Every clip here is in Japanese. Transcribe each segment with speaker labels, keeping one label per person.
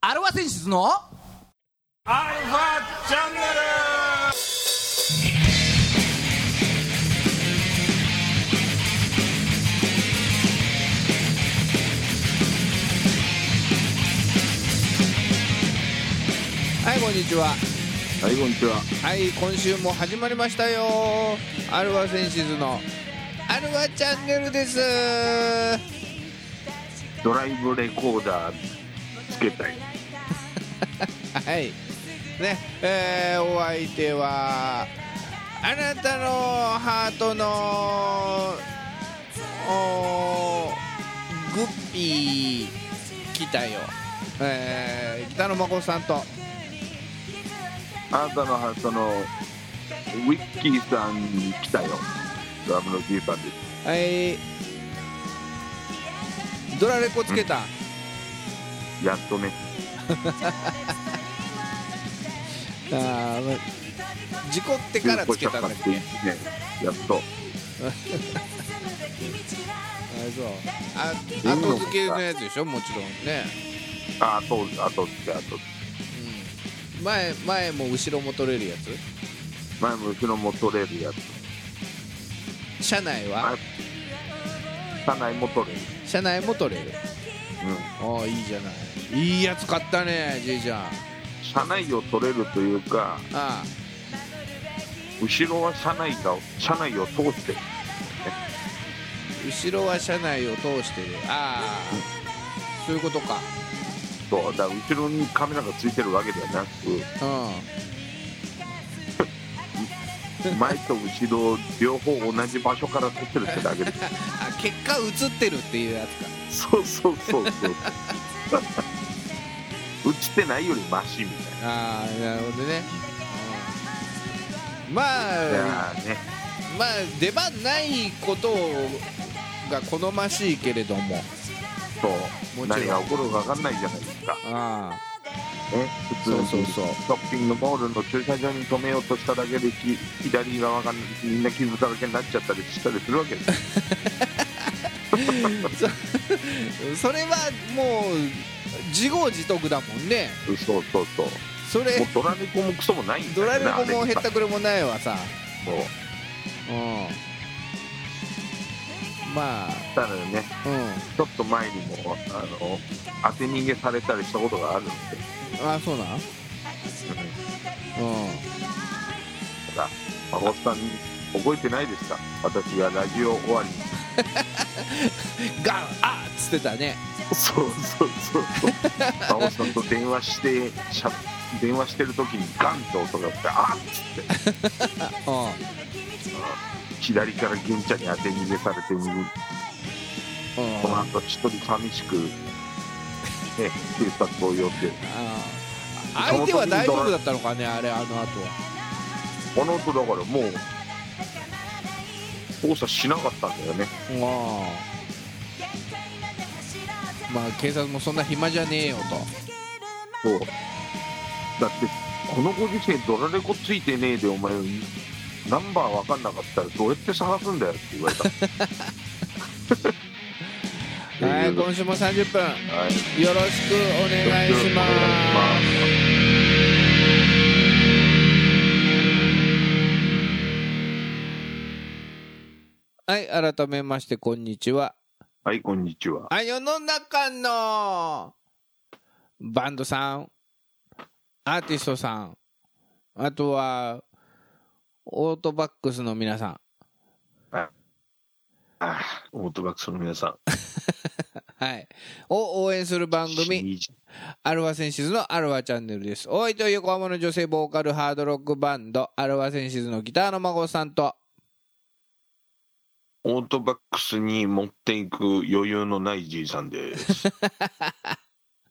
Speaker 1: アルファ選出の
Speaker 2: アルファチャンネル
Speaker 1: はいこんにちは
Speaker 2: はいこんにちは
Speaker 1: はい今週も始まりましたよアルファ選出のアルファチャンネルです
Speaker 2: ドライブレコーダーつけたい
Speaker 1: はいねえーお相手はあなたのハートのおーグッピー来たよ、えー北野誠さんと
Speaker 2: あなたのハートのウィッキーさん来たよドラムのキーパーで
Speaker 1: はいドラレコつけた、
Speaker 2: すやっとね
Speaker 1: あー事故ってからつけたんだっけ
Speaker 2: 中古車買って1年やっと
Speaker 1: あそうあ後付けのやつでしょもちろんね、
Speaker 2: あとあとってあと
Speaker 1: うん、前前も後ろも取れるやつ
Speaker 2: 前も後ろも取れるやつ
Speaker 1: 車内は、
Speaker 2: あ車内も取れる
Speaker 1: 車内も取れる
Speaker 2: うん
Speaker 1: ああいいじゃないいいやつ買ったねじいちゃんあ
Speaker 2: 車内を取れるというか
Speaker 1: あ
Speaker 2: 後ろは車内が車内を通してる
Speaker 1: 後ろは車内を通してるああ、そういうことか
Speaker 2: そうだから後ろにカメラがついてるわけではなく
Speaker 1: う
Speaker 2: 前と後ろ両方同じ場所から撮ってるってだけで
Speaker 1: んあ結果映ってるっていうやつか
Speaker 2: そうそうそう そう映ってないよりマシみたい
Speaker 1: ああなるほどね、うん、ま
Speaker 2: ない
Speaker 1: あ
Speaker 2: やーね
Speaker 1: まあ出番ないことが好ましいけれども
Speaker 2: そ
Speaker 1: もちろん
Speaker 2: う何が起こるか分かんないじゃないですか、ね、
Speaker 1: あ
Speaker 2: 普通
Speaker 1: そ
Speaker 2: に
Speaker 1: うそうそう
Speaker 2: ショッピングモールの駐車場に止めようとしただけでき左側がみんな傷だらけになっちゃったりしたりするわけです よ
Speaker 1: あそ それはもう自業自得だもんね
Speaker 2: そうそうそう
Speaker 1: それ
Speaker 2: もうドラレコもクソもないんだ
Speaker 1: ド
Speaker 2: よ
Speaker 1: ラ
Speaker 2: ね
Speaker 1: レコもへったくれもないわさ
Speaker 2: あれもう
Speaker 1: うんまあ
Speaker 2: だからね
Speaker 1: う
Speaker 2: ちょっと前にもあの当て逃げされたりしたことがあるんで、
Speaker 1: んあそうなんうん
Speaker 2: ただ孫さん覚えてないですか私がラジオ終わりに
Speaker 1: ガンあっつってたね
Speaker 2: そうそうそうそう孫さんと電話してしゃ電話してる時にガンと音がしてあっつって
Speaker 1: う
Speaker 2: 左から銀ちゃんに当て逃げされてこ
Speaker 1: んうん
Speaker 2: の後一人寂しく、ね、警察を呼んで
Speaker 1: あー相手は大丈夫だったのかねあれあの後
Speaker 2: この音だからもう操作しなかったんだよね
Speaker 1: はうんまあ警察もそんな暇じゃねえよ
Speaker 2: そうだってこのご時世ドラレコついてねえでお前ナンバー分かんなかったらどうやって探すんだよって言われた
Speaker 1: とはい今週も30分
Speaker 2: はい
Speaker 1: よろしくお願いしますはい改めましてこんにちは
Speaker 2: はいこんにちは
Speaker 1: あ世の中のバンドさんアーティストさんあとはオートバックスの皆さん
Speaker 2: ああオートバックスの皆さん
Speaker 1: はい、を応援する番組
Speaker 2: し
Speaker 1: アルファセンシズのアルファチャンネルです。おいと横浜の女性ボーカルハードロックバンド、アルファセンシズのギターの孫さんと、
Speaker 2: オートバックスに持っていく余裕のないじいさんです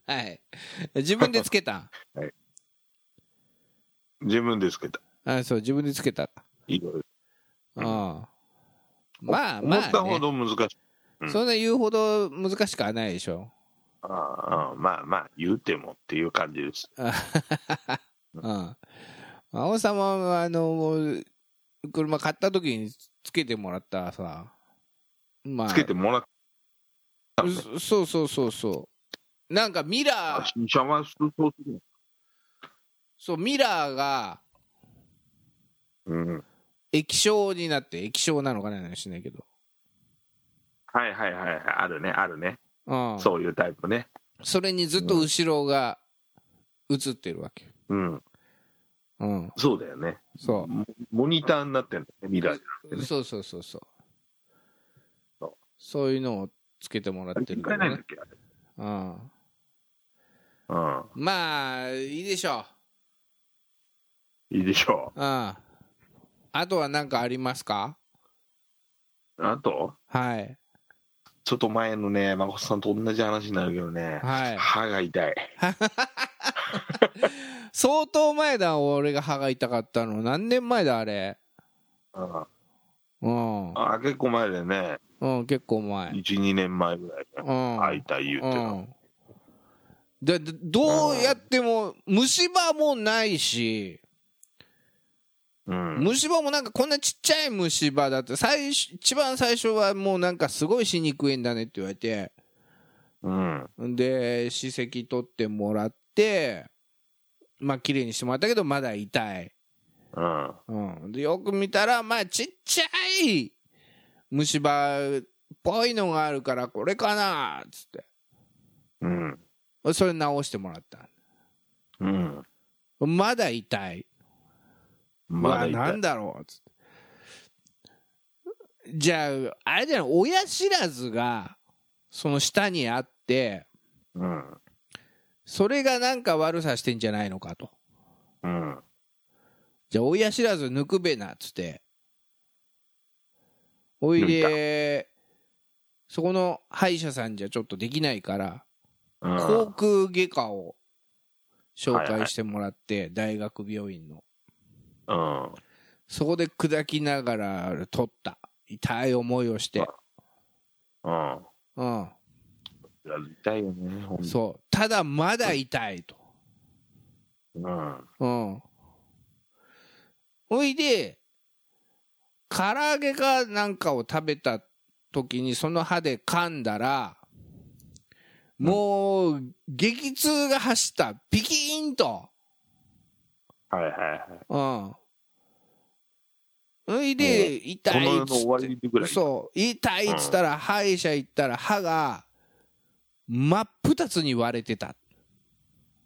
Speaker 1: はい。自分でつけた ん
Speaker 2: 自分ですけど
Speaker 1: あそう、自分でつけた。
Speaker 2: いろいろ
Speaker 1: うん。まあ
Speaker 2: 思
Speaker 1: ま
Speaker 2: った
Speaker 1: あ、
Speaker 2: ほ
Speaker 1: ね、
Speaker 2: ど難しい、うん
Speaker 1: そんな言うほど難しくはないでしょ。
Speaker 2: ああああまあまあ言うてもっていう感じです
Speaker 1: うん。孫さんは、あの、もう車買った時につけてもらったさ、まあ、
Speaker 2: つけてもらっ
Speaker 1: そそうそうそうそう。なんかミラー
Speaker 2: 新車はそうする
Speaker 1: そうミラーが
Speaker 2: の。うん。
Speaker 1: 液晶になって液晶なのかなしないけど、
Speaker 2: はいはいはいはい。あるね、あるね。
Speaker 1: うん、
Speaker 2: そういうタイプね。
Speaker 1: それにずっと後ろが映ってるわけ、
Speaker 2: うん。
Speaker 1: うん、
Speaker 2: そうだよね。
Speaker 1: そ
Speaker 2: モモニターになってるんだよね、ミラー
Speaker 1: うそうそうそうそう
Speaker 2: そう
Speaker 1: そういうのをつけてもらっ
Speaker 2: あれ
Speaker 1: てる
Speaker 2: 使
Speaker 1: か
Speaker 2: えな
Speaker 1: ら
Speaker 2: いんだ
Speaker 1: ね
Speaker 2: っ、けあれ。
Speaker 1: うん、
Speaker 2: うん。
Speaker 1: まあいいでしょ
Speaker 2: いいでしょ
Speaker 1: う、うん、あとは何かありますか
Speaker 2: う。あと、
Speaker 1: はい
Speaker 2: ちょっと前のね、まこさんと同じ話になるけどね、
Speaker 1: はい
Speaker 2: 歯が痛い。
Speaker 1: 相当前だ俺が歯が痛かったの何年前だあれ
Speaker 2: うん
Speaker 1: うん、う
Speaker 2: あ結構前でね、
Speaker 1: ん、結構前
Speaker 2: 1、2年前ぐらいね、
Speaker 1: うん
Speaker 2: 歯痛い言うてた。
Speaker 1: うん、だどうやっても虫歯もないし
Speaker 2: うん。
Speaker 1: 虫歯もなんかこんなちっちゃい虫歯だって最初一番最初はもうなんかすごい歯肉炎だねって言われて
Speaker 2: うん。
Speaker 1: で歯石取ってもらってまあ綺麗にしてもらったけどまだ痛い、
Speaker 2: うん。
Speaker 1: うん、でよく見たらまあちっちゃい虫歯っぽいのがあるからこれかなっつっ
Speaker 2: うん。
Speaker 1: てそれ直してもらった
Speaker 2: うん。
Speaker 1: まだ痛い
Speaker 2: まだ
Speaker 1: うわなん
Speaker 2: 痛い。
Speaker 1: だろうつってじゃああれじゃない親知らずがその下にあって
Speaker 2: うん。
Speaker 1: それがなんか悪さしてんじゃないのかと
Speaker 2: うん。
Speaker 1: じゃあ親知らず抜くべなっつっておいでそこの歯医者さんじゃちょっとできないから
Speaker 2: うん。
Speaker 1: 口腔外科を紹介してもらって、大学病院の
Speaker 2: うん。
Speaker 1: そこで砕きながら取った痛い思いをして
Speaker 2: うん。
Speaker 1: うん、
Speaker 2: 痛いよね、ほんと
Speaker 1: そうただまだ痛いと、
Speaker 2: うん。
Speaker 1: うん、おいで唐揚げかなんかを食べた時にその歯で噛んだらもう激痛が走ったピキーンと、
Speaker 2: はいはいはい。
Speaker 1: うん、おいで痛
Speaker 2: この
Speaker 1: い
Speaker 2: 世
Speaker 1: っ
Speaker 2: の
Speaker 1: つ
Speaker 2: 終
Speaker 1: っ
Speaker 2: わ
Speaker 1: て
Speaker 2: りぐらい。
Speaker 1: そう痛いっつったら歯医者行ったら歯が真っ二つに割れてた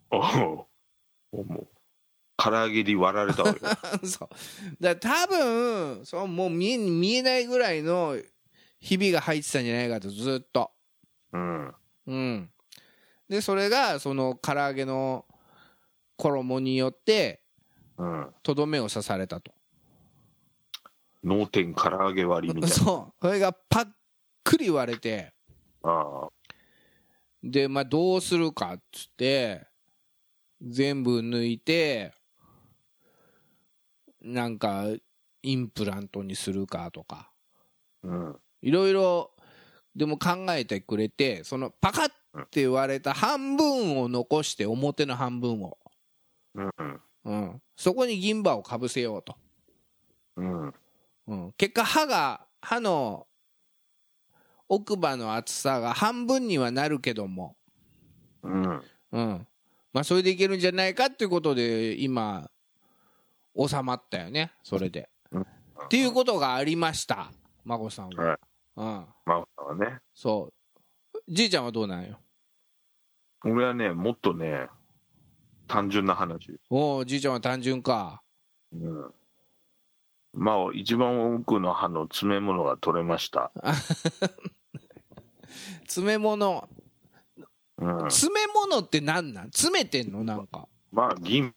Speaker 2: おうおうもう、唐揚げに割られたわけ。
Speaker 1: そうだから多分そうもう見え見えないぐらいのひびが入ってたんじゃないかとずっと
Speaker 2: うん。
Speaker 1: うんでそれがその唐揚げの衣によって
Speaker 2: うん。
Speaker 1: とどめを刺されたと
Speaker 2: 脳天唐揚げ割りみたいな。
Speaker 1: そうそれがパックリ割れて
Speaker 2: あ
Speaker 1: でまあどうするかっつって全部抜いてなんかインプラントにするかとか
Speaker 2: あ。うん。
Speaker 1: いろいろでも考えてくれてそのパカッって割れた半分を残して表の半分を、
Speaker 2: うん。
Speaker 1: うん、そこに銀歯をかぶせようと、
Speaker 2: うん。
Speaker 1: うん、結果歯が歯の奥歯の厚さが半分にはなるけども、
Speaker 2: うん。
Speaker 1: うんまあ、それでいけるんじゃないかっていうことで今収まったよねそれで、
Speaker 2: うん
Speaker 1: っていうことがありました孫さんは、
Speaker 2: はい
Speaker 1: うん、
Speaker 2: まあまあね。
Speaker 1: そうじいちゃんはどうなんよ
Speaker 2: 俺はね、もっとね、単純な話。
Speaker 1: おおじいちゃんは単純か
Speaker 2: うん。まあ、一番奥の歯の詰め物が取れました。
Speaker 1: 詰め物
Speaker 2: うん。
Speaker 1: 詰め物って何なん詰めてんのなんか
Speaker 2: まあ、銀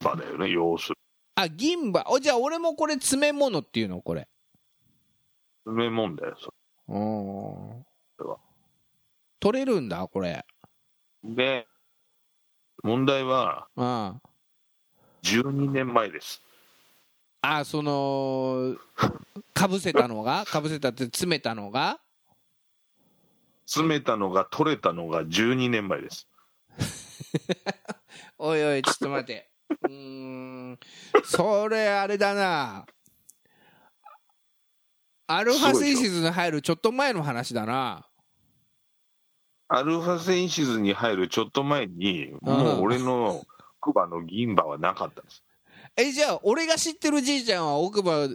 Speaker 2: 歯だよね、要する
Speaker 1: あ銀歯おじゃあ俺もこれ詰め物っていうのこれ
Speaker 2: に。詰め物だよ、そ
Speaker 1: おお
Speaker 2: れは。
Speaker 1: 取れるんだこれ
Speaker 2: で、問題は
Speaker 1: あ
Speaker 2: 12年前です。
Speaker 1: あそのかぶせたのがかぶせたって詰めたのが
Speaker 2: 詰めたのが取れたのが12年前です。
Speaker 1: おいおいちょっと待てうーんそれあれだなアルファセイシスの入るちょっと前の話だな
Speaker 2: アルファセンシズに入るちょっと前に、もう俺の奥歯の銀歯はなかったんです。
Speaker 1: えじゃあ俺が知ってるじいちゃんは奥歯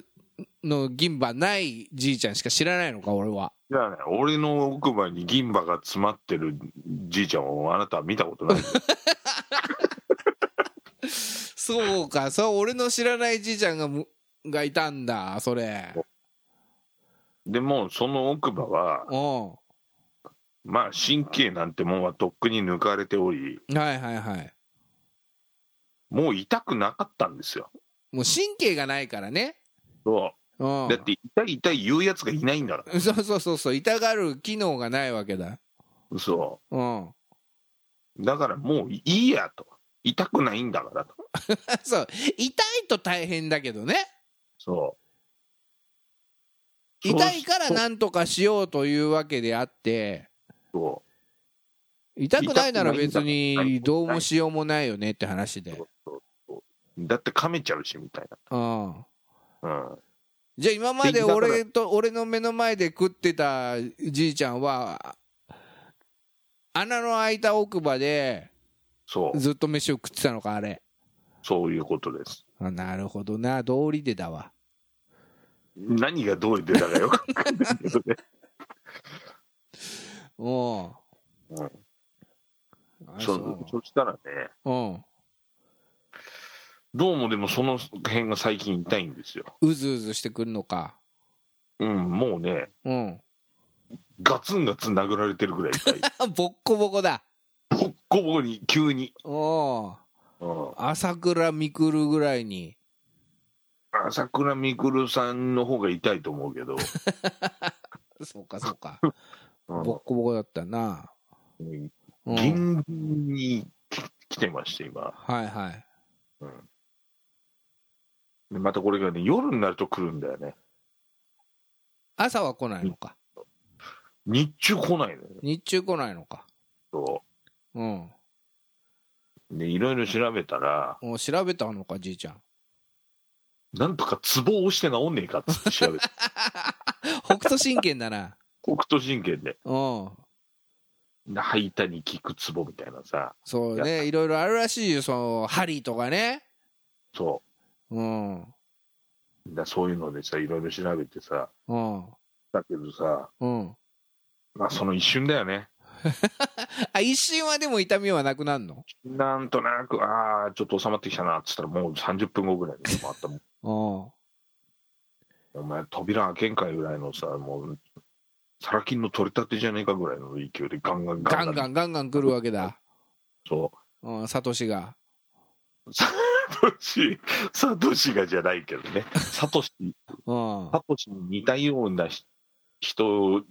Speaker 1: の銀歯ないじいちゃんしか知らないのか俺は
Speaker 2: じゃあね、俺の奥歯に銀歯が詰まってるじいちゃんをあなたは見たこと ない。
Speaker 1: そうかそう俺の知らないじいちゃんがむがいたんだそれ
Speaker 2: でも、その奥歯は、
Speaker 1: うんは
Speaker 2: まあ、神経なんてもんはとっくに抜かれており、
Speaker 1: いはいはい
Speaker 2: もう痛くなかったんですよ。
Speaker 1: もう神経がないからね
Speaker 2: そううんだって、痛い痛い言うやつがいないんだか
Speaker 1: そうそうそうそう痛がる機能がないわけだ
Speaker 2: ら。そ
Speaker 1: うん
Speaker 2: う。だからもういいやと。痛くないんだからと。
Speaker 1: そう痛いと大変だけどね
Speaker 2: そう。そう
Speaker 1: 痛いからなんとかしようというわけであって
Speaker 2: そ
Speaker 1: 痛くないなら別
Speaker 2: 痛くない
Speaker 1: に
Speaker 2: んだ
Speaker 1: どうもしようもないよねって話で
Speaker 2: う。だって噛めちゃうし、みたい
Speaker 1: うん
Speaker 2: な。うん。
Speaker 1: じゃあ今まで
Speaker 2: できたから
Speaker 1: 俺と俺の目の前で食ってたじいちゃんは穴の開いた奥歯で
Speaker 2: そう。
Speaker 1: ずっと飯を食ってたのかあれ
Speaker 2: そういうことです。
Speaker 1: あなるほどな道理でだわ
Speaker 2: 何がどう出たかよくわかんないけど ね。
Speaker 1: おう
Speaker 2: うん
Speaker 1: あ
Speaker 2: そ
Speaker 1: そう
Speaker 2: うそしたらね、
Speaker 1: うん
Speaker 2: どうもでもその辺が最近痛いんですよ。
Speaker 1: うずうずしてくるのか
Speaker 2: うん、もうね、
Speaker 1: うん
Speaker 2: ガツンガツン殴られてるぐらい痛い。
Speaker 1: あボッコボコだ
Speaker 2: ボッコボコに、急に。
Speaker 1: おう
Speaker 2: うん。
Speaker 1: 朝倉未来ぐらいに
Speaker 2: 朝倉未来さんの方が痛いと思うけど、
Speaker 1: そうかそうか
Speaker 2: うん
Speaker 1: ボッコボコだったなうん
Speaker 2: ギンギンにき来てまして、今。
Speaker 1: はいはい
Speaker 2: でまたこれがね、夜になると来るんだよね。
Speaker 1: 朝は来ないのか
Speaker 2: 日中来ないのよ。
Speaker 1: 日中来ないのか
Speaker 2: そ
Speaker 1: うん
Speaker 2: うで、いろいろ調べたら、
Speaker 1: もう調べたのかじいちゃん
Speaker 2: なんとかツボを押して治んねえかっつって 調べた。
Speaker 1: 北斗神拳だな
Speaker 2: 北斗神拳で。
Speaker 1: うん
Speaker 2: で吐いたに効くツボみたいなさ。
Speaker 1: そう
Speaker 2: や
Speaker 1: ねいろいろあるらしいよその針とかね
Speaker 2: そ
Speaker 1: うん
Speaker 2: う。だそういうのでさ、いろいろ調べてさ。
Speaker 1: うん
Speaker 2: だけどさ、
Speaker 1: うん
Speaker 2: まあその一瞬だよね。
Speaker 1: あ一瞬はでも痛みはなくなるの
Speaker 2: なんとなく、ああ、ちょっと収まってきたなっつったら、もう30分後ぐらいに止まったもん。
Speaker 1: うん
Speaker 2: お前、扉開けんかいぐらいのさ、もう、サラ金の取れたてじゃねえかぐらいの勢いでガンガンガ
Speaker 1: ガ
Speaker 2: ン
Speaker 1: ンガンガンガン来るわけだ
Speaker 2: そ
Speaker 1: うんサトシが
Speaker 2: う。サトシ、サトシがじゃないけどね。サトシ、
Speaker 1: うん
Speaker 2: サトシに似たようなひ人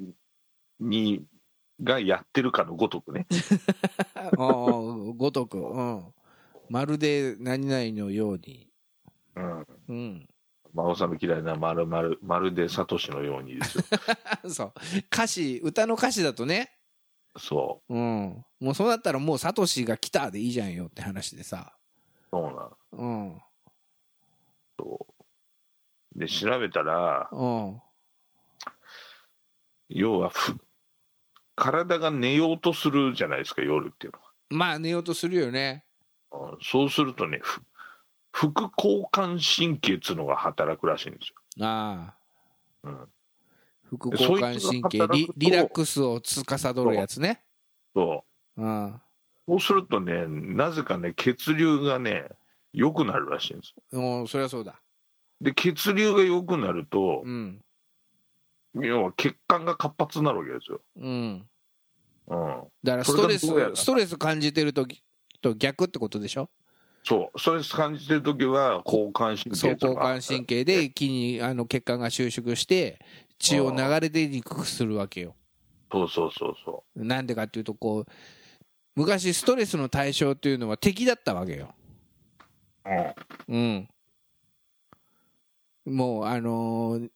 Speaker 2: に、がやってるかのごとくね。
Speaker 1: うんごとくうんまるで何々のように
Speaker 2: うん。
Speaker 1: うん
Speaker 2: 魔王さんの嫌いなまるまる、まるでサトシのように ですよ。
Speaker 1: あそう歌詞歌の歌詞だとね
Speaker 2: そ
Speaker 1: うんもうそうなったらもうサトシが来たでいいじゃんよって話でさ
Speaker 2: う。そうなの。
Speaker 1: うん
Speaker 2: で、調べたら、
Speaker 1: うん
Speaker 2: 要はふ、体が寝ようとするじゃないですか、夜っていうのは
Speaker 1: まあ寝ようとするよね。
Speaker 2: うんそうするとね、ふ副交感神経っつうのが働くらしいんです
Speaker 1: ああ。
Speaker 2: うん
Speaker 1: 副交感神経
Speaker 2: そいつが働
Speaker 1: リ
Speaker 2: くと、
Speaker 1: リラックスを司るやつね。
Speaker 2: よ。
Speaker 1: うん。
Speaker 2: そうそうするとね、なぜかね、血流がね、良くなるらしいんですよ。
Speaker 1: うん、そりゃそうだ。
Speaker 2: で、血流が良くなると
Speaker 1: う、ん。
Speaker 2: 要は血管が活発になるわけですよ。
Speaker 1: うん。
Speaker 2: うん、
Speaker 1: だからストレス
Speaker 2: それがどうや、ら
Speaker 1: ストレス感じてるときと逆ってことでしょ
Speaker 2: そう、それ感じてるときは、交感神
Speaker 1: そう
Speaker 2: 経と
Speaker 1: 交
Speaker 2: か
Speaker 1: 感神経で気に、あの、血管が収縮して、血を流れ出にくくするわけよ。
Speaker 2: そうそうそうそ
Speaker 1: なんでかっていうと、こう、昔ストレスの対象っていうのは敵だったわけよ。
Speaker 2: う。うん、
Speaker 1: うん。もう、あのー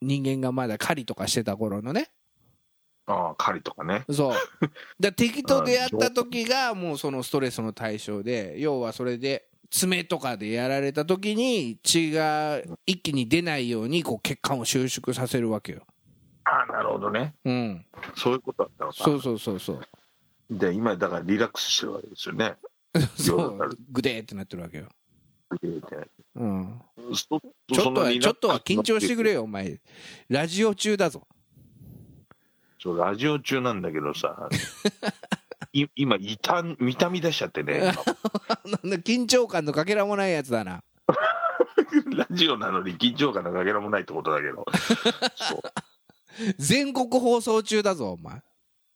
Speaker 1: 人間がまだ狩りとかしてた頃のね。
Speaker 2: ああ、狩りとかね。
Speaker 1: そう。だ敵と出会った時が、もうそのストレスの対象で、要はそれで、爪とかでやられた時に血が一気に出ないようにこう血管を収縮させるわけよ。
Speaker 2: ああ、なるほどね。
Speaker 1: うん。
Speaker 2: そういうことだったのか。
Speaker 1: そうそうそうそう。
Speaker 2: で今だからリラックスしてるわけですよね。
Speaker 1: そ
Speaker 2: 夜にな
Speaker 1: う
Speaker 2: る
Speaker 1: グデーってなってるわけよ、うん、ちょ
Speaker 2: そそ
Speaker 1: っ
Speaker 2: の
Speaker 1: とは
Speaker 2: リ
Speaker 1: ち
Speaker 2: ラ
Speaker 1: ょっ
Speaker 2: ックス
Speaker 1: とは緊張してくれよお前ラジオ中だぞ
Speaker 2: そうラジオ中なんだけ どさい今痛ん痛み出しちゃって ね
Speaker 1: なんだ緊張感のかけらもないやつだな
Speaker 2: ラジオなのに緊張感のかけらもないってことだけ どそう
Speaker 1: 全国放送中だぞお前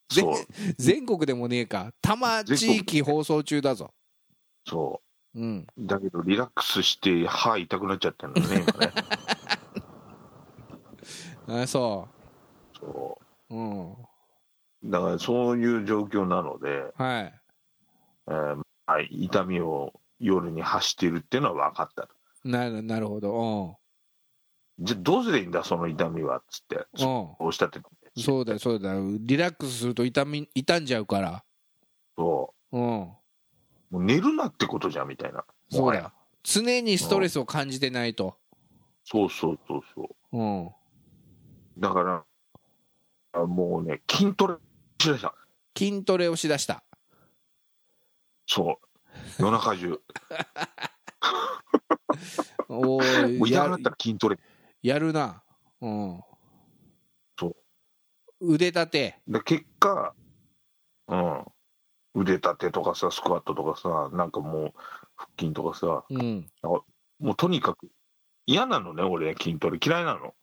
Speaker 2: そう
Speaker 1: 全国でもねえか多摩地域放送中だぞ
Speaker 2: そ
Speaker 1: うん
Speaker 2: うだけどリラックスして歯痛くなっちゃってるの ね今ね
Speaker 1: あそ
Speaker 2: そう
Speaker 1: うん
Speaker 2: うだからそういう状況なので、
Speaker 1: はい
Speaker 2: えーまあ痛みを夜に発しているっていうのは分かった
Speaker 1: なるなるほど
Speaker 2: じゃあどうすりゃいいんだその痛みはっつって
Speaker 1: うんうん
Speaker 2: おっしゃってた
Speaker 1: そうだよそうだよリラックスすると痛み傷んじゃうから
Speaker 2: そ
Speaker 1: うん
Speaker 2: うもう寝るなってことじゃんみたいな
Speaker 1: そうだ
Speaker 2: もはや
Speaker 1: よ常にストレスを感じてないと
Speaker 2: そうそうそうそう
Speaker 1: うん
Speaker 2: だからあもうね筋トレしだした
Speaker 1: 筋トレをしだした
Speaker 2: そう夜中中
Speaker 1: おー
Speaker 2: もう痛
Speaker 1: や
Speaker 2: くなったら筋トレ
Speaker 1: やるなうん
Speaker 2: そう
Speaker 1: 腕立て
Speaker 2: で結果うん腕立てとかさスクワットとかさなんかもう腹筋とかさ
Speaker 1: うん
Speaker 2: もうとにかく嫌なのね俺ね筋トレ嫌い なの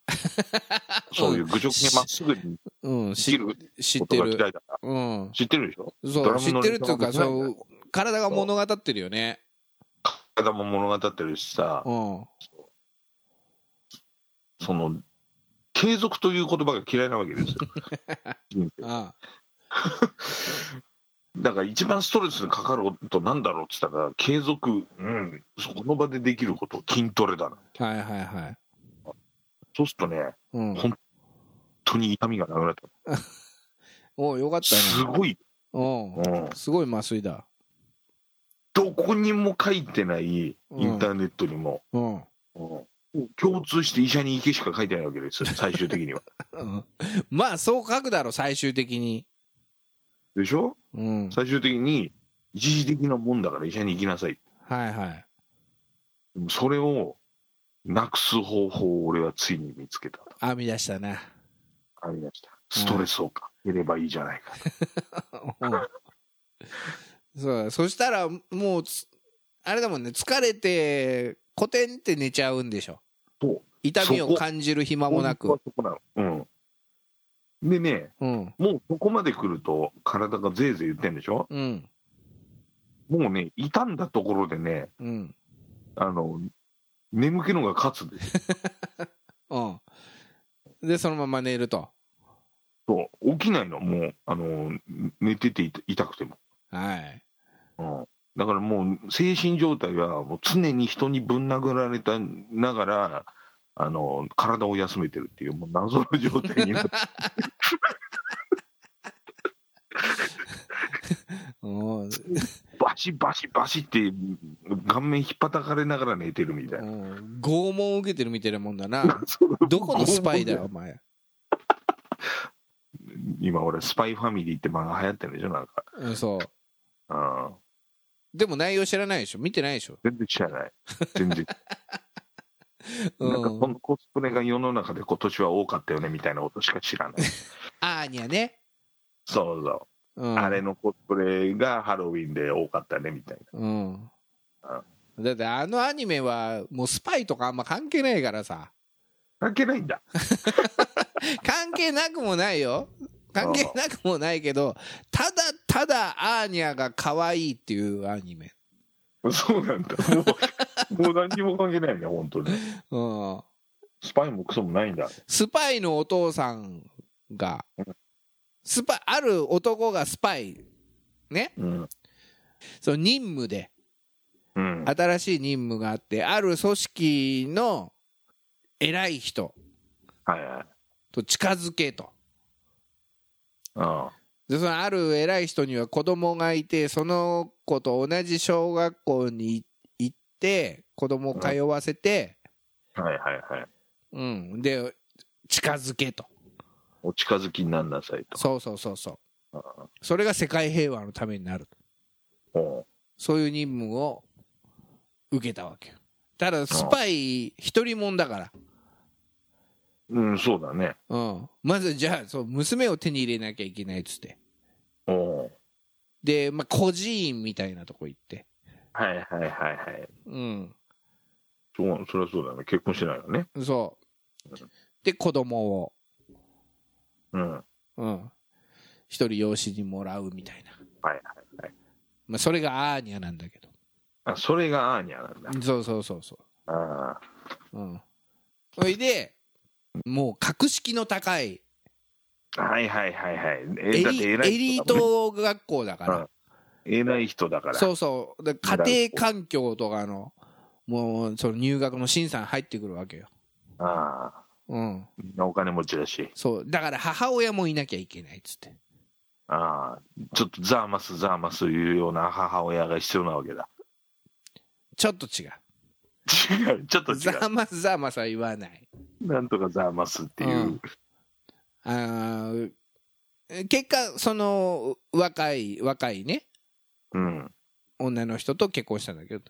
Speaker 2: そういう愚直にまっすぐに
Speaker 1: うん
Speaker 2: 生き
Speaker 1: し
Speaker 2: る
Speaker 1: 知っ
Speaker 2: こ
Speaker 1: て
Speaker 2: とが嫌い
Speaker 1: る
Speaker 2: だから
Speaker 1: うん
Speaker 2: 知ってるでしょ
Speaker 1: そ
Speaker 2: ド
Speaker 1: う
Speaker 2: ラ
Speaker 1: 知
Speaker 2: ムの
Speaker 1: ってるっていうか
Speaker 2: リズムが
Speaker 1: そ
Speaker 2: ないう
Speaker 1: 体が物語ってるよね
Speaker 2: 体も物語ってるしさ
Speaker 1: うん
Speaker 2: その継続という言葉が嫌いなわ けですよ人生
Speaker 1: あ
Speaker 2: だから一番ストレスにかかることなんだろうって言ったら継続うんそこの場でできること筋トレだな
Speaker 1: あはいはいはい
Speaker 2: そうするとね
Speaker 1: うん
Speaker 2: ほん本当に痛みがなくなった
Speaker 1: およかったね
Speaker 2: すごい、
Speaker 1: うん
Speaker 2: うん、
Speaker 1: すごい麻酔だ
Speaker 2: どこにも書いてないインターネットにも、
Speaker 1: うん
Speaker 2: うん共通して医者に行けしか書いてないわ けですよ最終的には
Speaker 1: うんまあそう書くだろ最終的に
Speaker 2: でしょ
Speaker 1: うん
Speaker 2: 最終的に一時的なもんだから医者に行きなさい
Speaker 1: はいはい
Speaker 2: それをなくす方法を俺はついに見つけた。
Speaker 1: 編み出したね
Speaker 2: ありました。ストレスをかければいいじゃないか。
Speaker 1: うんそうだそしたらもうつあれだもんね疲れてコテンって寝ちゃうんでしょ
Speaker 2: そう
Speaker 1: 痛み
Speaker 2: そ
Speaker 1: を
Speaker 2: こ
Speaker 1: 感じる暇もなく
Speaker 2: 本当はそこなのうん。でね、
Speaker 1: うん
Speaker 2: もうここまで来ると体がぜいぜい言ってんでしょ
Speaker 1: うん
Speaker 2: もうね、傷んだところでね、
Speaker 1: うん
Speaker 2: あの、眠気のが勝つんです
Speaker 1: うんでそのまま寝ると
Speaker 2: よ。そう起きないの、もう、あの、寝てて痛痛くても。
Speaker 1: はい
Speaker 2: うん。だからもう精神状態はもう常に人にぶん殴られたながらあの体を休めてるっていうもう謎の状態になって
Speaker 1: うん
Speaker 2: バシバシバシって顔面ひっぱたかれながら寝てるみたいうな。
Speaker 1: ん拷問を受けてるみたいなもんだ な
Speaker 2: そう
Speaker 1: どこのスパイだよお前
Speaker 2: 今俺スパイファミリーって漫画流行ってるでしょなんか、
Speaker 1: うんそう
Speaker 2: うん、
Speaker 1: でも内容知らないでしょ見てないでしょ
Speaker 2: 全然知らない全然、
Speaker 1: う
Speaker 2: なんかこ
Speaker 1: ん
Speaker 2: のコスプレが世の中で今年は多かったよねみたいなことしか知らない
Speaker 1: あーにゃね
Speaker 2: そうそう、
Speaker 1: うん
Speaker 2: あれのコスプレがハロウィンで多かったねみたいな
Speaker 1: うんだってあのアニメはもうスパイとかあんま関係ないからさ
Speaker 2: 関係ないんだ
Speaker 1: 関係なくもないよ関係なくもないけどただただアーニャが可愛いっていうアニメ
Speaker 2: そうなんだ。も う、もう何にも関係ないね、本当に。
Speaker 1: うん
Speaker 2: スパイもクソもないんだ。
Speaker 1: スパイのお父さんがスパイある男がスパイね
Speaker 2: うん。
Speaker 1: その任務で
Speaker 2: うん。
Speaker 1: 新しい任務があってある組織の偉い人
Speaker 2: はいはい。
Speaker 1: と近づけと
Speaker 2: あ
Speaker 1: でそのある偉い人には子供がいてその子と同じ小学校に行って子供を通わせて、
Speaker 2: あはいはいはい。
Speaker 1: うん、で近づけと
Speaker 2: お近づきになんなさいと。
Speaker 1: そうそうそうそそれが世界平和のためになる
Speaker 2: うん
Speaker 1: そういう任務を受けたわけよただスパイ一人もんだから、
Speaker 2: うん、そうだね。
Speaker 1: うん、まずじゃあそう娘を手に入れなきゃいけないっつって
Speaker 2: うん。はい
Speaker 1: で、まあ、孤児院みたいなとこ行って
Speaker 2: はいはいはい。
Speaker 1: うん
Speaker 2: そうそりゃそうだね。結婚してないよね。
Speaker 1: そうで子供を
Speaker 2: うん。はい
Speaker 1: うん一人養子にもらうみたいな、
Speaker 2: はいはい。
Speaker 1: まあ、それがアーニャなんだけど
Speaker 2: あ、それがアーニャなんだ。
Speaker 1: そうそうそうそ
Speaker 2: ああ。
Speaker 1: ううんそれでもう格式の高い
Speaker 2: はいはいはいはい。
Speaker 1: エ
Speaker 2: えだって
Speaker 1: リエ
Speaker 2: 偉い
Speaker 1: リー
Speaker 2: 人だもんね
Speaker 1: ト学校だから、
Speaker 2: 偉い人だから。
Speaker 1: そうそうで家庭環境とかのもうその入学の審査に入ってくるわけよ、
Speaker 2: ああ。
Speaker 1: うん、
Speaker 2: みんなお金持ちだし。
Speaker 1: そうだから母親もいなきゃいけないっつって
Speaker 2: ああ。ちょっとザーマスザーマスいうような母親が必要なわけだ。
Speaker 1: ちょっと違う
Speaker 2: 違う。ちょっと違。
Speaker 1: ざまざまさ言わないう
Speaker 2: なんとかザーマスっていう。
Speaker 1: うんあー結果その若い若いね
Speaker 2: うん。
Speaker 1: 女の人と結婚したんだけど、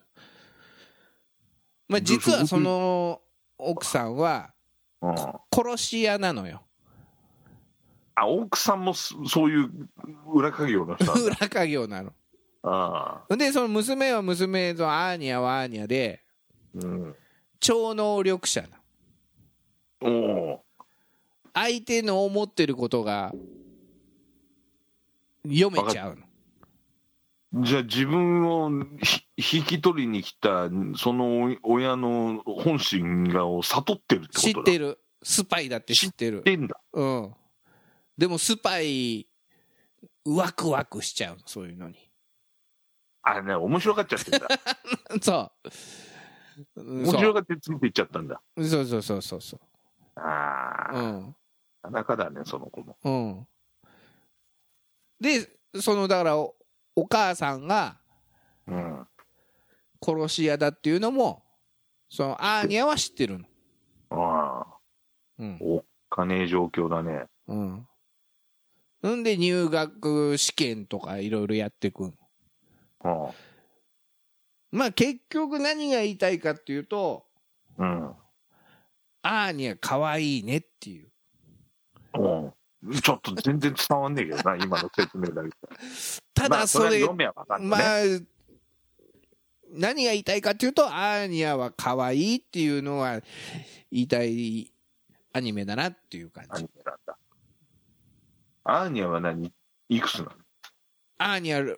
Speaker 1: まあ、実はその奥さんは
Speaker 2: うん、
Speaker 1: 殺し屋なのよ
Speaker 2: あ、奥さんもそそういう裏稼業の人なんだ。
Speaker 1: 裏稼業なの
Speaker 2: ああ。
Speaker 1: でその娘は娘のアーニャはアーニャで
Speaker 2: うん。
Speaker 1: 超能力者なの
Speaker 2: おお
Speaker 1: 相手の思ってることが読めちゃうの
Speaker 2: ー。じゃあ自分をひ引き取りに来た、そのお親の本心がを悟ってるってこと
Speaker 1: 知っ
Speaker 2: だ
Speaker 1: てるスパイだって知ってる
Speaker 2: 知ってんだ。
Speaker 1: うんでもスパイワクワクしちゃうのそういうのに
Speaker 2: あれね、面白がっち ゃってんだ。
Speaker 1: そううん
Speaker 2: 面
Speaker 1: そ
Speaker 2: 白
Speaker 1: う
Speaker 2: がってついていっちゃったんだ。
Speaker 1: そうそうそうそうそう
Speaker 2: あ
Speaker 1: う
Speaker 2: あ、なんかなかだね、その子も。
Speaker 1: うんでそのだからおお母さんが
Speaker 2: うん。
Speaker 1: 殺し屋だっていうのもそのアーニャは知ってるの
Speaker 2: ああ、
Speaker 1: うん
Speaker 2: おっかねえ状況だね。
Speaker 1: うんなんで入学試験とかいろいろやっていくの
Speaker 2: うん。
Speaker 1: まあ結局何が言いたいかっていうと
Speaker 2: うん。
Speaker 1: アーニャ可愛いねっていう
Speaker 2: うん。ちょっと全然伝わんねえけど な、今の説明だけど。
Speaker 1: た
Speaker 2: ま
Speaker 1: だ
Speaker 2: あ
Speaker 1: そ
Speaker 2: は
Speaker 1: れ
Speaker 2: 読めばわかん
Speaker 1: ま
Speaker 2: ない、ね。
Speaker 1: あ何が言いたいかっていうとアーニャは可愛いっていうのは言いたいアニメだなっていう感
Speaker 2: アニ
Speaker 1: じ
Speaker 2: メなんだ。アーニャは何いくつなの
Speaker 1: アーニャ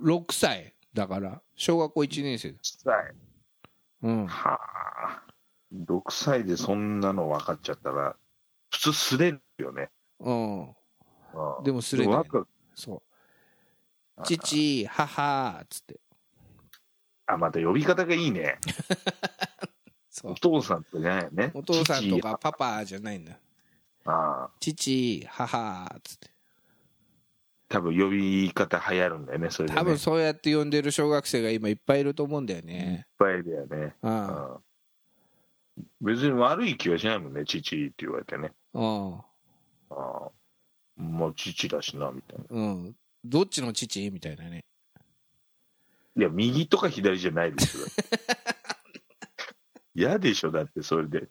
Speaker 1: 6歳だから小学校1年生だ
Speaker 2: ?6 歳。
Speaker 1: うん
Speaker 2: はあ。6歳でそんなの分かっちゃったら、普通すれるよね。
Speaker 1: うん
Speaker 2: うん
Speaker 1: でもすれない
Speaker 2: でも若く
Speaker 1: そう父母っつって
Speaker 2: あ、また呼び方がいいね。
Speaker 1: そう
Speaker 2: お父さんとかじゃないよね。
Speaker 1: お父さんとか
Speaker 2: 父。
Speaker 1: パパじゃないんだ
Speaker 2: ああ。
Speaker 1: 父母っつって
Speaker 2: 多分呼び方流行るんだよね、それで、ね。
Speaker 1: 多分
Speaker 2: いっ
Speaker 1: そうやって呼んでる小学生が今いっぱいいると思うんだよね
Speaker 2: ぱいだよね。
Speaker 1: う
Speaker 2: うんん。別に悪い気はしないもんね、父って言われてね。
Speaker 1: うん
Speaker 2: ああ。もう父だしな、みたいな。
Speaker 1: うんどっちの父みたいなね
Speaker 2: いや、右とか左じゃないです よ。嫌でしょ、だってそれで。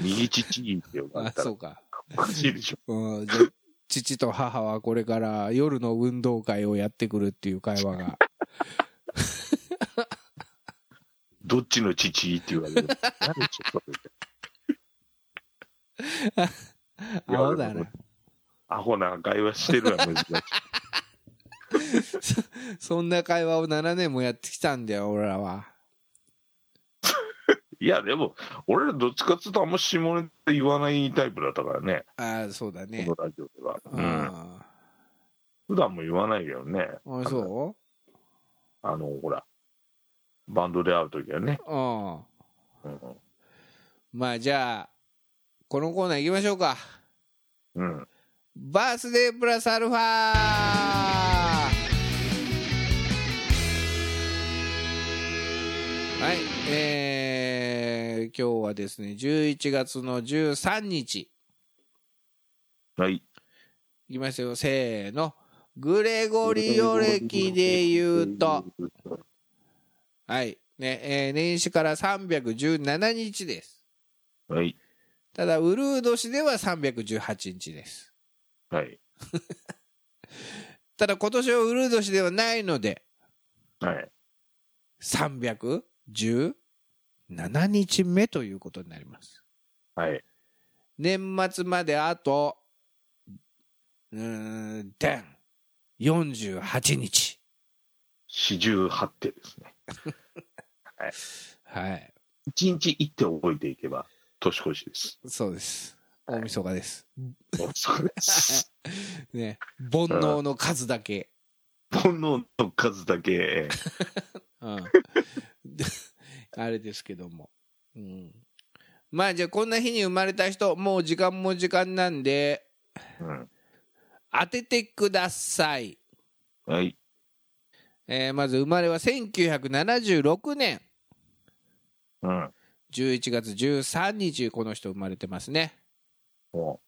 Speaker 2: 右父って呼ばれ
Speaker 1: あ
Speaker 2: た
Speaker 1: そ
Speaker 2: ら
Speaker 1: うか
Speaker 2: おかしいでしょ。
Speaker 1: うん、じゃあ 父と母はこれから夜の運動会をやってくるっていう会話 が
Speaker 2: どっちの父って言われる。嫌でしょ、それで。
Speaker 1: アホだ
Speaker 2: いや
Speaker 1: な
Speaker 2: アホな会話してるわ、難しい。
Speaker 1: そんな会話を7年もやってきたんだよ俺らはい
Speaker 2: や、でも、俺らどっちかっつうとあんま下ネタ言わないタイプだったからね、
Speaker 1: ああそうだね
Speaker 2: このラジオでは。うん。
Speaker 1: あ
Speaker 2: 普段も言わないけどね。
Speaker 1: ーあそ
Speaker 2: あの、ほら、バンドで会うときはね。
Speaker 1: ううん
Speaker 2: うん。
Speaker 1: まあじゃあこのコーナー行きましょうか
Speaker 2: うん。
Speaker 1: バースデープラスアルファはいえー、今日はですね11月の13日
Speaker 2: はい。
Speaker 1: いきますよ、せーの。グレゴリオ歴で言うと、はい、ね、えー年始から317日です。
Speaker 2: はい。
Speaker 1: ただ、ウルー年では318日です。
Speaker 2: はい。
Speaker 1: ただ、今年はウルー年ではないので、
Speaker 2: はい。
Speaker 1: 317日目ということになります。
Speaker 2: はい。
Speaker 1: 年末まであと、うーん、でん、48日。
Speaker 2: 四十八手ですね。
Speaker 1: はい。
Speaker 2: 一日一手覚えていけば、年越しです。
Speaker 1: そうです。大晦日です。
Speaker 2: そうです。
Speaker 1: ね。煩悩の数だけ。
Speaker 2: 煩悩の数だけ、
Speaker 1: うん。 あれですけども。うん。まあじゃあこんな日に生まれた人、もう時間も時間なんで、
Speaker 2: うん。
Speaker 1: 当ててください。
Speaker 2: はい。
Speaker 1: えーまず生まれは1976年
Speaker 2: うん。
Speaker 1: 11月13日、この人生まれてますね。
Speaker 2: も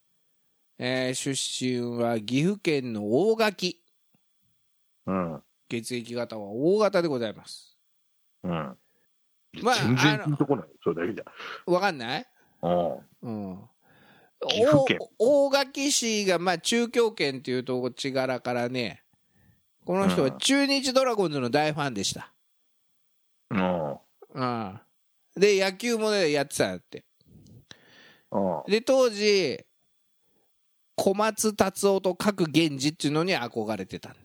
Speaker 1: えー出身は岐阜県の大垣。
Speaker 2: う。うん。
Speaker 1: 血液型は大型でございます。
Speaker 2: うん。
Speaker 1: まあ
Speaker 2: 全然
Speaker 1: あの
Speaker 2: ピンとこない。それだけじ
Speaker 1: わかんない
Speaker 2: ゃ。う
Speaker 1: う
Speaker 2: ん。
Speaker 1: ん、
Speaker 2: 岐阜県
Speaker 1: お大垣市がまあ中京圏というとこ地柄からねこの人は
Speaker 2: うん
Speaker 1: 中日ドラゴンズの大ファンでした、
Speaker 2: うん。
Speaker 1: うん、で野球もねやってたんだって
Speaker 2: うん。
Speaker 1: で当時小松達夫と各源氏っていうのに憧れてたんだ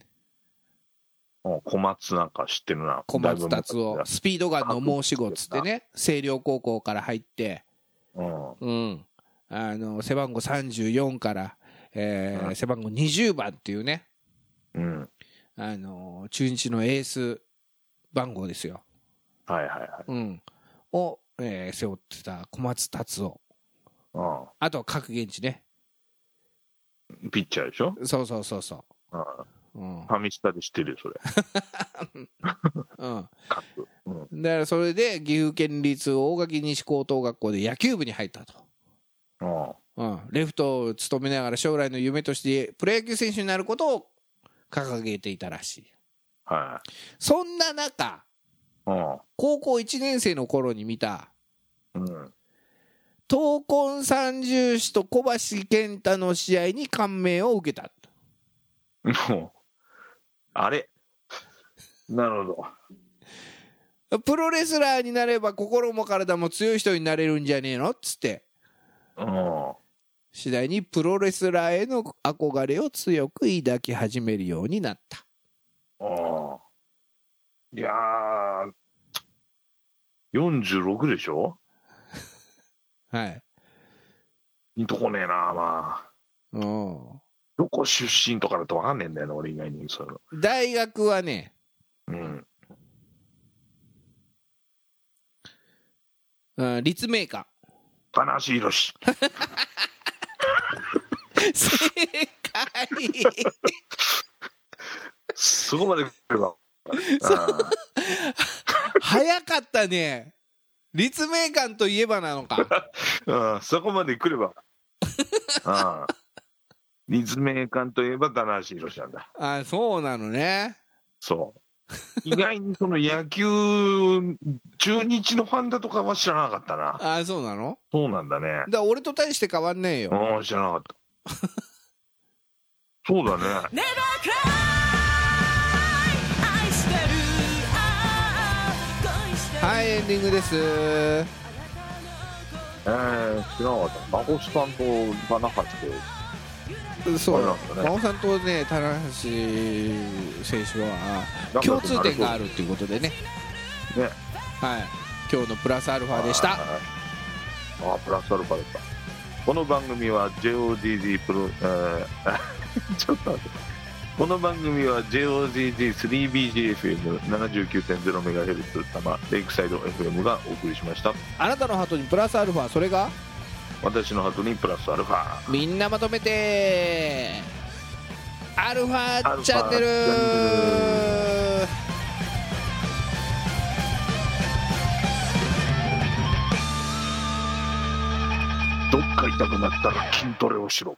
Speaker 2: うん小松なんか知ってるな。
Speaker 1: 小松達夫
Speaker 2: だい
Speaker 1: スピードガンの申し子っつってね星稜高校から入って
Speaker 2: ぶ昔だ
Speaker 1: うん、あの背番号34から、えー
Speaker 2: うん
Speaker 1: 背番号20番っていうね
Speaker 2: うん。うん。
Speaker 1: あの中日のエース番号ですよ、
Speaker 2: はいはいはい。
Speaker 1: うん、を、えー背負ってた小松達夫
Speaker 2: う
Speaker 1: あとは各現地ね
Speaker 2: ん。ピッチャーでしょ、
Speaker 1: そうそうそうそ
Speaker 2: うん、フ
Speaker 1: う、うん
Speaker 2: ァミスタで知ってるよ、それ。
Speaker 1: うん、
Speaker 2: カップうん。
Speaker 1: だからそれで岐阜県立大垣西高等学校で野球部に入ったと、
Speaker 2: うん。
Speaker 1: うん、レフトを務めながら将来の夢としてプロ野球選手になることを掲げていたらしい
Speaker 2: は
Speaker 1: そんな中
Speaker 2: い。う
Speaker 1: 高校1年生の頃に見た
Speaker 2: ん。うん。
Speaker 1: 闘魂三重士と小橋健太の試合に感銘を受けた
Speaker 2: もう、あれなるほど。
Speaker 1: プロレスラーになれば心も体も強い人になれるんじゃねえのっつって
Speaker 2: うん。
Speaker 1: 次第にプロレスラーへの憧れを強く抱き始めるようになった
Speaker 2: うん。いやー、46でしょ
Speaker 1: はい
Speaker 2: いいとこねえな、まあ。
Speaker 1: うん
Speaker 2: どこ出身とかだとわかんねえんだよな、俺以外に。そういうの。
Speaker 1: 大学はね
Speaker 2: うん。
Speaker 1: うん立命館
Speaker 2: 金足博士。
Speaker 1: 正解
Speaker 2: そこまで来るわ。
Speaker 1: 早かったね立命館といえばなのか
Speaker 2: うんうん、そこまで来れば。 うん。立命館といえば棚橋宏なんだ。
Speaker 1: あそうなのね
Speaker 2: そう。意外にその野球、中日のファンだとかは知らなかったな。
Speaker 1: あそうなの
Speaker 2: そうなんだね
Speaker 1: だ。から俺と大して変わんねえよ
Speaker 2: うん、知らなかった。 そうだね。
Speaker 3: Never cry 愛してるああ恋してる
Speaker 1: はいエンディングです
Speaker 2: えー、知らなかった。マホスさんと棚橋って、
Speaker 1: そう
Speaker 2: あ
Speaker 1: よ
Speaker 2: れなんだね
Speaker 1: 真央さんとね棚橋選手はあ共通点があるっていうことでね
Speaker 2: ね。
Speaker 1: はい今日のプラスアルファでした
Speaker 2: あーあープラスアルファだったこの番組は JODD プロ、えー、 ちょっと待ってこの番組は JODD3BGFM79.0MHz 玉レイクサイド FM がお送りしました
Speaker 1: あなたのハートにプラスアルファそれが
Speaker 2: 私の鳩にプラスアルファ
Speaker 1: みんなまとめてアルフ
Speaker 2: アル
Speaker 1: ァ
Speaker 2: ファ
Speaker 1: チャンネル
Speaker 2: チャどっか痛くなったら筋トレをしろ